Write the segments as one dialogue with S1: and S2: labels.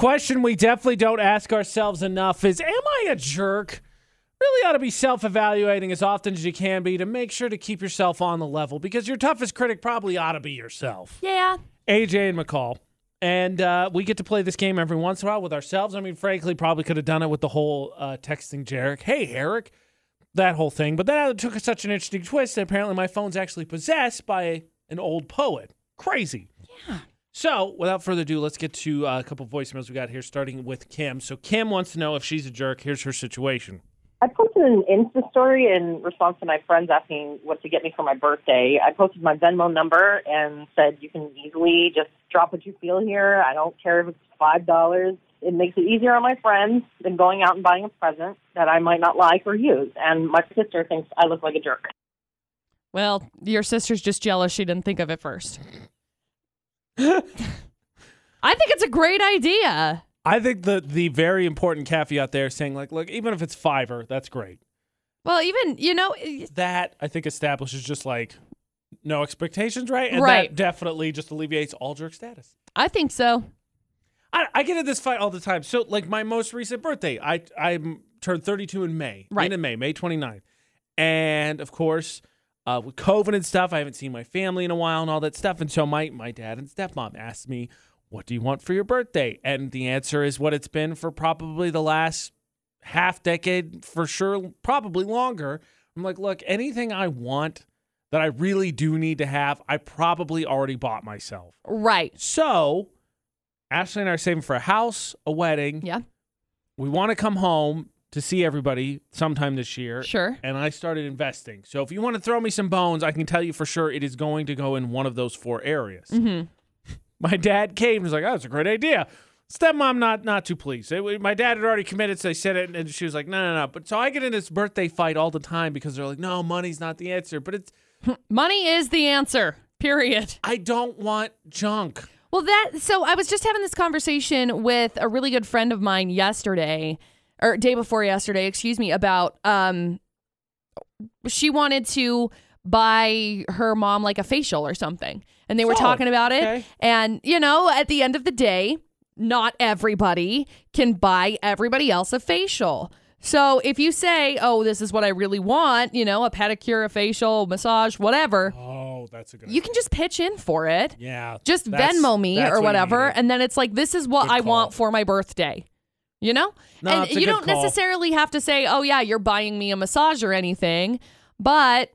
S1: Question we definitely don't ask ourselves enough is Am I a jerk? Really ought to be self evaluating as often as you can be to make sure to keep yourself on the level because your toughest critic probably ought to be yourself.
S2: Yeah.
S1: AJ and McCall. And uh, we get to play this game every once in a while with ourselves. I mean, frankly, probably could have done it with the whole uh, texting Jarek, hey, Eric, that whole thing. But that took such an interesting twist that apparently my phone's actually possessed by an old poet. Crazy.
S2: Yeah.
S1: So, without further ado, let's get to uh, a couple voicemails we got here, starting with Kim. So, Kim wants to know if she's a jerk. Here's her situation.
S3: I posted an Insta story in response to my friends asking what to get me for my birthday. I posted my Venmo number and said, You can easily just drop what you feel here. I don't care if it's $5. It makes it easier on my friends than going out and buying a present that I might not like or use. And my sister thinks I look like a jerk.
S2: Well, your sister's just jealous she didn't think of it first. I think it's a great idea.
S1: I think the the very important caveat there, saying like, look, even if it's Fiverr, that's great.
S2: Well, even, you know, y-
S1: That I think establishes just like no expectations, right? And
S2: Right.
S1: that definitely just alleviates all jerk status.
S2: I think so.
S1: I, I get in this fight all the time. So like my most recent birthday, I I turned 32 in May,
S2: Right.
S1: In May, May 29th, and of course. Uh, with COVID and stuff, I haven't seen my family in a while and all that stuff. And so my my dad and stepmom asked me, "What do you want for your birthday?" And the answer is what it's been for probably the last half decade, for sure, probably longer. I'm like, look, anything I want that I really do need to have, I probably already bought myself.
S2: Right.
S1: So, Ashley and I are saving for a house, a wedding.
S2: Yeah.
S1: We want to come home to see everybody sometime this year.
S2: Sure.
S1: And I started investing. So, if you want to throw me some bones, I can tell you for sure it is going to go in one of those four areas.
S2: Mhm.
S1: My dad came and was like, oh, that's a great idea. Stepmom, not not too pleased. It- my dad had already committed, so I said it, and she was like, no, no, no. But so I get in this birthday fight all the time because they're like, no, money's not the answer. But it's,
S2: Money is the answer. Period.
S1: I don't want junk.
S2: Well, that so I was just having this conversation with a really good friend of mine yesterday or day before yesterday, excuse me, about um she wanted to buy her mom like a facial or something. And they were
S1: Solid.
S2: talking about it.
S1: Okay.
S2: And you know, at the end of the day, not everybody can buy everybody else a facial. So if you say, "Oh, this is what I really want," you know, a pedicure, a facial, massage, whatever,
S1: Oh, that's a good
S2: you can just pitch in for it
S1: Yeah.
S2: just
S1: that's-
S2: Venmo me
S1: that's
S2: or
S1: what you
S2: whatever,
S1: needed.
S2: and then it's like this is what
S1: Good
S2: I
S1: call.
S2: want for my birthday. You know?
S1: No,
S2: and
S1: it's a
S2: you
S1: good
S2: don't
S1: call.
S2: necessarily have to say, "Oh yeah, you're buying me a massage or anything." But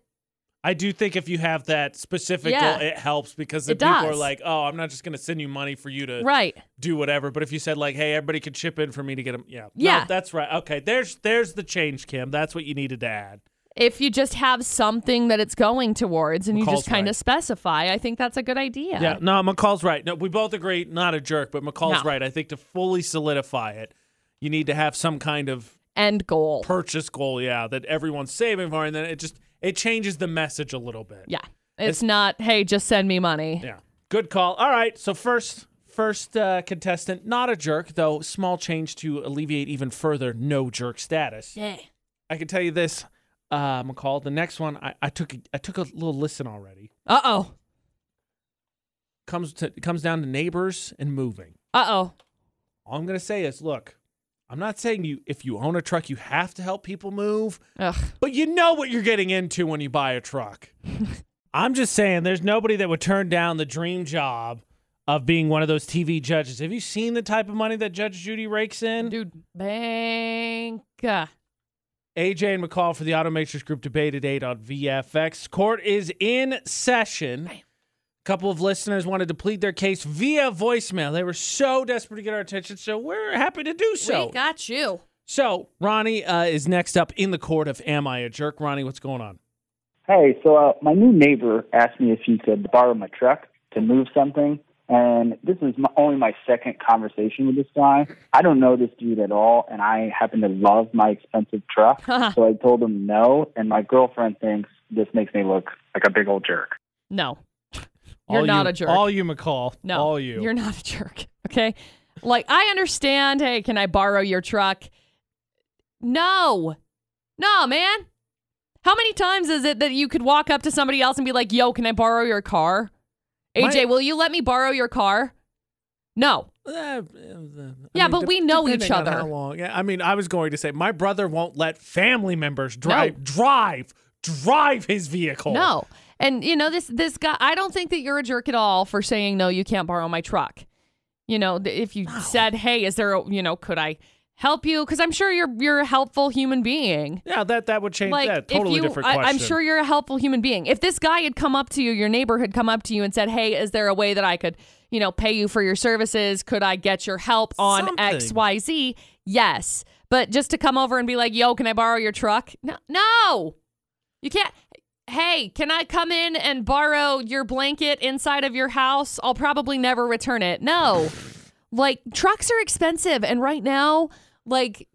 S1: I do think if you have that specific
S2: Yeah.
S1: goal, it helps because the
S2: It
S1: people are
S2: does.
S1: like, "Oh, I'm not just going to send you money for you to
S2: right.
S1: do whatever." But if you said like, "Hey, everybody could chip in for me to get them," yeah, No,
S2: Yeah.
S1: that's right. Okay, there's there's the change, Kim. That's what you needed to add.
S2: If you just have something that it's going towards and you
S1: McCall's
S2: just kind of
S1: right.
S2: specify, I think that's a good idea.
S1: Yeah. no, McCall's right. No, we both agree, not a jerk, but McCall's
S2: No.
S1: right. I think to fully solidify it, you need to have some kind of
S2: End goal.
S1: purchase goal, yeah, that everyone's saving for, and then it just it changes the message a little bit.
S2: yeah. It's, not, "Hey, just send me money."
S1: Yeah. Good call. All right. So first first uh, contestant, not a jerk, though small change to alleviate even further no jerk status.
S2: Yeah.
S1: I can tell you this, uh, McCall. The next one I, I took a- I took a little listen already.
S2: Uh-oh.
S1: Comes to comes down to neighbors and moving.
S2: Uh-oh.
S1: All I'm gonna say is look, I'm not saying you if you own a truck you have to help people move,
S2: Ugh.
S1: but you know what you're getting into when you buy a truck. I'm just saying, there's nobody that would turn down the dream job of being one of those TV judges. Have you seen the type of money that Judge Judy rakes in?
S2: Dude, bank. Uh,
S1: AJ and McCall for the Automatrix Group debate at 8 on VFX. Court is in session. A couple of listeners wanted to plead their case via voicemail. They were so desperate to get our attention, so we're happy to do so.
S2: we got you.
S1: so, Ronnie uh, is next up in the court of Am I a Jerk? Ronnie, what's going on?
S4: Hey, so uh, my new neighbor asked me if he could borrow my truck to move something, and this is my, only my second conversation with this guy. I don't know this dude at all, and I happen to love my expensive truck, so I told him no, and my girlfriend thinks this makes me look like a big old jerk.
S2: No. You're
S1: All
S2: not
S1: you-
S2: a jerk.
S1: All you, McCall.
S2: No,
S1: All you.
S2: You're not a jerk. Okay. Like I understand. Hey, can I borrow your truck? No, no, man. How many times is it that you could walk up to somebody else and be like, "Yo, can I borrow your car?" AJ,
S1: My-
S2: will you let me borrow your car? No.
S1: Uh,
S2: Yeah, but we know each
S1: depending on
S2: other.
S1: How long? Yeah, I mean, I was going to say my brother won't let family members drive drive drive his vehicle.
S2: No. And you know this this guy I don't think that you're a jerk at all for saying no you can't borrow my truck. You know, th- if you said, "Hey, is there, a, you know, could I help you?" cuz I'm sure you're you're a helpful human being.
S1: Yeah, that that would change
S2: Like
S1: that. Totally
S2: if you
S1: different
S2: I,
S1: question.
S2: I'm sure you're a helpful human being. If this guy had come up to you, your neighbor had come up to you and said, "Hey, is there a way that I could, you know, pay you for your services? Could I get your help on
S1: Something.
S2: XYZ?" Yes. But just to come over and be like, "Yo, can I borrow your truck?" No. No. You can't. Hey, can I come in and borrow your blanket inside of your house? I'll probably never return it. No. like, trucks are expensive. And right now, like,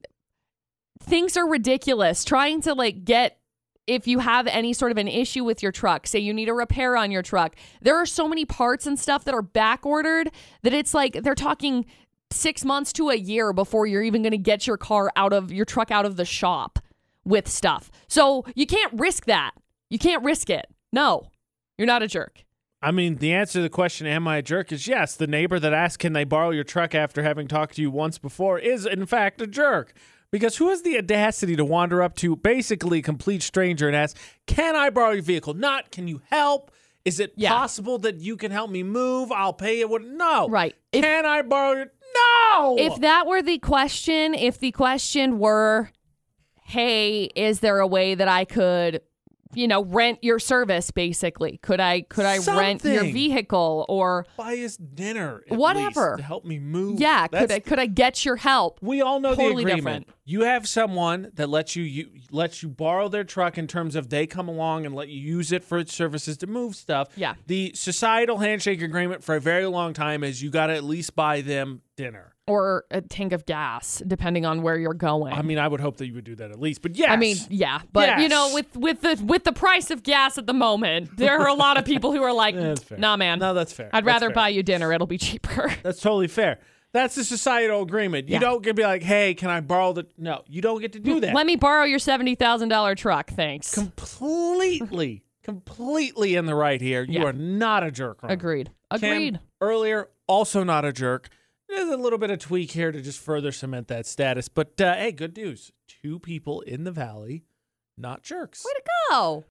S2: things are ridiculous. Trying to, like, get. If you have any sort of an issue with your truck, say you need a repair on your truck, there are so many parts and stuff that are back ordered that it's like they're talking six months to a year before you're even going to get your car out of your truck out of the shop with stuff. So you can't risk that. You can't risk it. No, you're not a jerk.
S1: I mean, the answer to the question, "Am I a jerk?" is yes. The neighbor that asked, "Can they borrow your truck?" after having talked to you once before, is in fact a jerk. Because who has the audacity to wander up to basically a complete stranger and ask, "Can I borrow your vehicle?" Not, "Can you help?" Is it
S2: Yeah.
S1: possible that you can help me move? I'll pay it. What? No.
S2: Right. If-
S1: Can I borrow your? No.
S2: If that were the question, if the question were, "Hey, is there a way that I could, you know, rent your service basically? Could I could I rent your
S1: Something.
S2: vehicle or
S1: buy us dinner. at
S2: Whatever.
S1: least, to help me move.
S2: yeah, could
S1: That's-
S2: I could I get your help?"
S1: We all know
S2: Totally
S1: the agreement.
S2: different.
S1: You have someone that lets you, you lets you borrow their truck in terms of they come along and let you use it for its services to move stuff.
S2: Yeah.
S1: The societal handshake agreement for a very long time is you got to at least buy them dinner.
S2: Or a tank of gas, depending on where you're going.
S1: I mean, I would hope that you would do that at least. But yes.
S2: I mean, yeah, but you know,
S1: Yes.
S2: with with the with the price of gas at the moment, there are a lot of people who are like,
S1: That's fair.
S2: "Nah, man,
S1: No, that's fair.
S2: I'd
S1: That's
S2: rather
S1: fair.
S2: buy you dinner; it'll be cheaper."
S1: That's totally fair. That's the societal agreement. You
S2: Yeah.
S1: don't get to be like, "Hey, can I borrow the?" No, you don't get to do that.
S2: Let me borrow your seventy thousand dollar truck, thanks.
S1: completely, completely in the right here. You
S2: Yeah.
S1: are not a jerk. Ron.
S2: Agreed.
S1: Kim,
S2: Agreed.
S1: earlier, also not a jerk. There's a little bit of tweak here to just further cement that status. But uh, hey, good news. Two people in the valley, not jerks.
S2: Way to go.